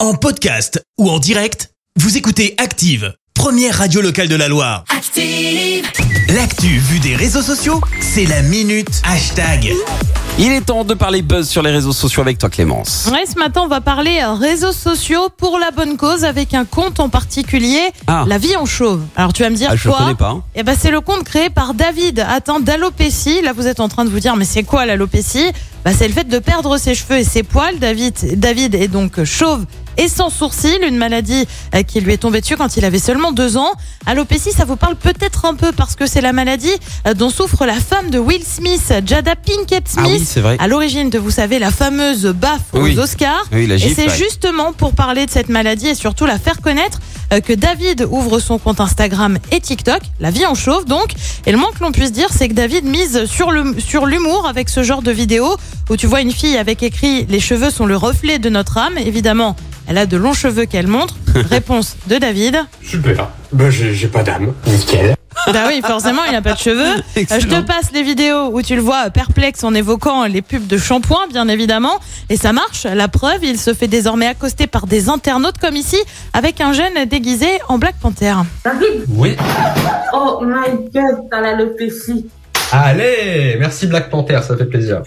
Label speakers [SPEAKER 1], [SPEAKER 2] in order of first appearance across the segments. [SPEAKER 1] En podcast ou en direct, vous écoutez Active, première radio locale de la Loire.
[SPEAKER 2] Active.
[SPEAKER 1] L'actu vue des réseaux sociaux, c'est la minute hashtag.
[SPEAKER 3] Il est temps de parler buzz sur les réseaux sociaux avec toi Clémence.
[SPEAKER 4] Ouais, ce matin, on va parler euh, réseaux sociaux pour la bonne cause avec un compte en particulier,
[SPEAKER 3] Ah.
[SPEAKER 4] La vie en chauve. Alors tu vas me dire
[SPEAKER 3] Ah, je le
[SPEAKER 4] quoi
[SPEAKER 3] connais pas. hein.
[SPEAKER 4] Eh ben, c'est le compte créé par David atteint d'alopécie. Là, vous êtes en train de vous dire, mais c'est quoi l'alopécie bah, C'est le fait de perdre ses cheveux et ses poils. David, David est donc chauve et sans sourcils, une maladie euh, qui lui est tombée dessus quand il avait seulement deux ans. Alopécie, ça vous parle peut-être un peu parce que c'est la maladie euh, dont souffre la femme de Will Smith, Jada Pinkett
[SPEAKER 3] Ah
[SPEAKER 4] Smith.
[SPEAKER 3] oui, c'est vrai.
[SPEAKER 4] À l'origine de, vous savez, la fameuse baffe
[SPEAKER 3] Oui.
[SPEAKER 4] aux Oscars.
[SPEAKER 3] Oui, la
[SPEAKER 4] Et
[SPEAKER 3] gifle,
[SPEAKER 4] c'est
[SPEAKER 3] ouais.
[SPEAKER 4] justement pour parler de cette maladie et surtout la faire connaître euh, que David ouvre son compte Instagram et TikTok, la vie en chauve donc. Et le moins que l'on puisse dire, c'est que David mise sur le sur l'humour avec ce genre de vidéo où tu vois une fille avec écrit les cheveux sont le reflet de notre âme. Évidemment, elle a de longs cheveux qu'elle montre. Réponse de David.
[SPEAKER 5] Super. Bah j'ai j'ai pas d'âme. Nickel.
[SPEAKER 4] Bah oui, forcément, il n'a pas de cheveux. Euh, Je te
[SPEAKER 3] Excellent.
[SPEAKER 4] passe les vidéos où tu le vois euh, perplexe en évoquant les pubs de shampoing, bien évidemment. Et ça marche. La preuve, il se fait désormais accoster par des internautes comme ici, avec un jeune déguisé en Black Panther.
[SPEAKER 6] David
[SPEAKER 7] Oui.
[SPEAKER 6] Oh my god, t'as l'alopécie.
[SPEAKER 7] Allez, merci Black Panther, ça fait plaisir.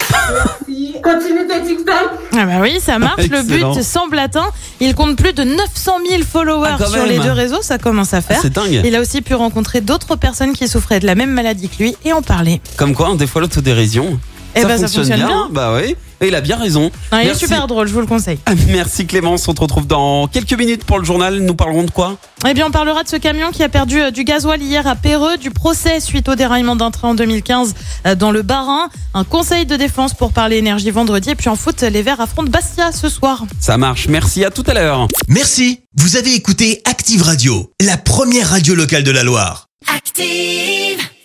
[SPEAKER 6] Si. Continue tes TikTok.
[SPEAKER 4] Ah bah oui, ça marche. le
[SPEAKER 3] Excellent.
[SPEAKER 4] but semble atteint. Il compte plus de 900 000 followers
[SPEAKER 3] Ah, quand
[SPEAKER 4] sur
[SPEAKER 3] même.
[SPEAKER 4] les deux réseaux. Ça commence à
[SPEAKER 3] Ah,
[SPEAKER 4] faire.
[SPEAKER 3] c'est dingue.
[SPEAKER 4] il a aussi pu rencontrer d'autres personnes qui souffraient de la même maladie que lui et en parler.
[SPEAKER 3] Comme quoi, hein, des fois l'autodérision.
[SPEAKER 4] Eh ben, ça fonctionne bien.
[SPEAKER 3] Bah oui. Et il a bien raison.
[SPEAKER 4] Non, il est
[SPEAKER 3] Merci.
[SPEAKER 4] super drôle, je vous le conseille.
[SPEAKER 3] Ah, Merci Clémence. On te retrouve dans quelques minutes pour le journal. Nous parlerons de quoi
[SPEAKER 4] Eh bien, on parlera de ce camion qui a perdu euh, du gasoil hier à Perreux, du procès suite au déraillement d'un train en 2015 euh, dans le Bas-Rhin, un conseil de défense pour parler énergie vendredi, et puis en foot, les Verts affrontent Bastia ce soir.
[SPEAKER 3] Ça marche. Merci. À tout à l'heure.
[SPEAKER 1] Merci, vous avez écouté Active Radio, la première radio locale de la Loire.
[SPEAKER 2] Active.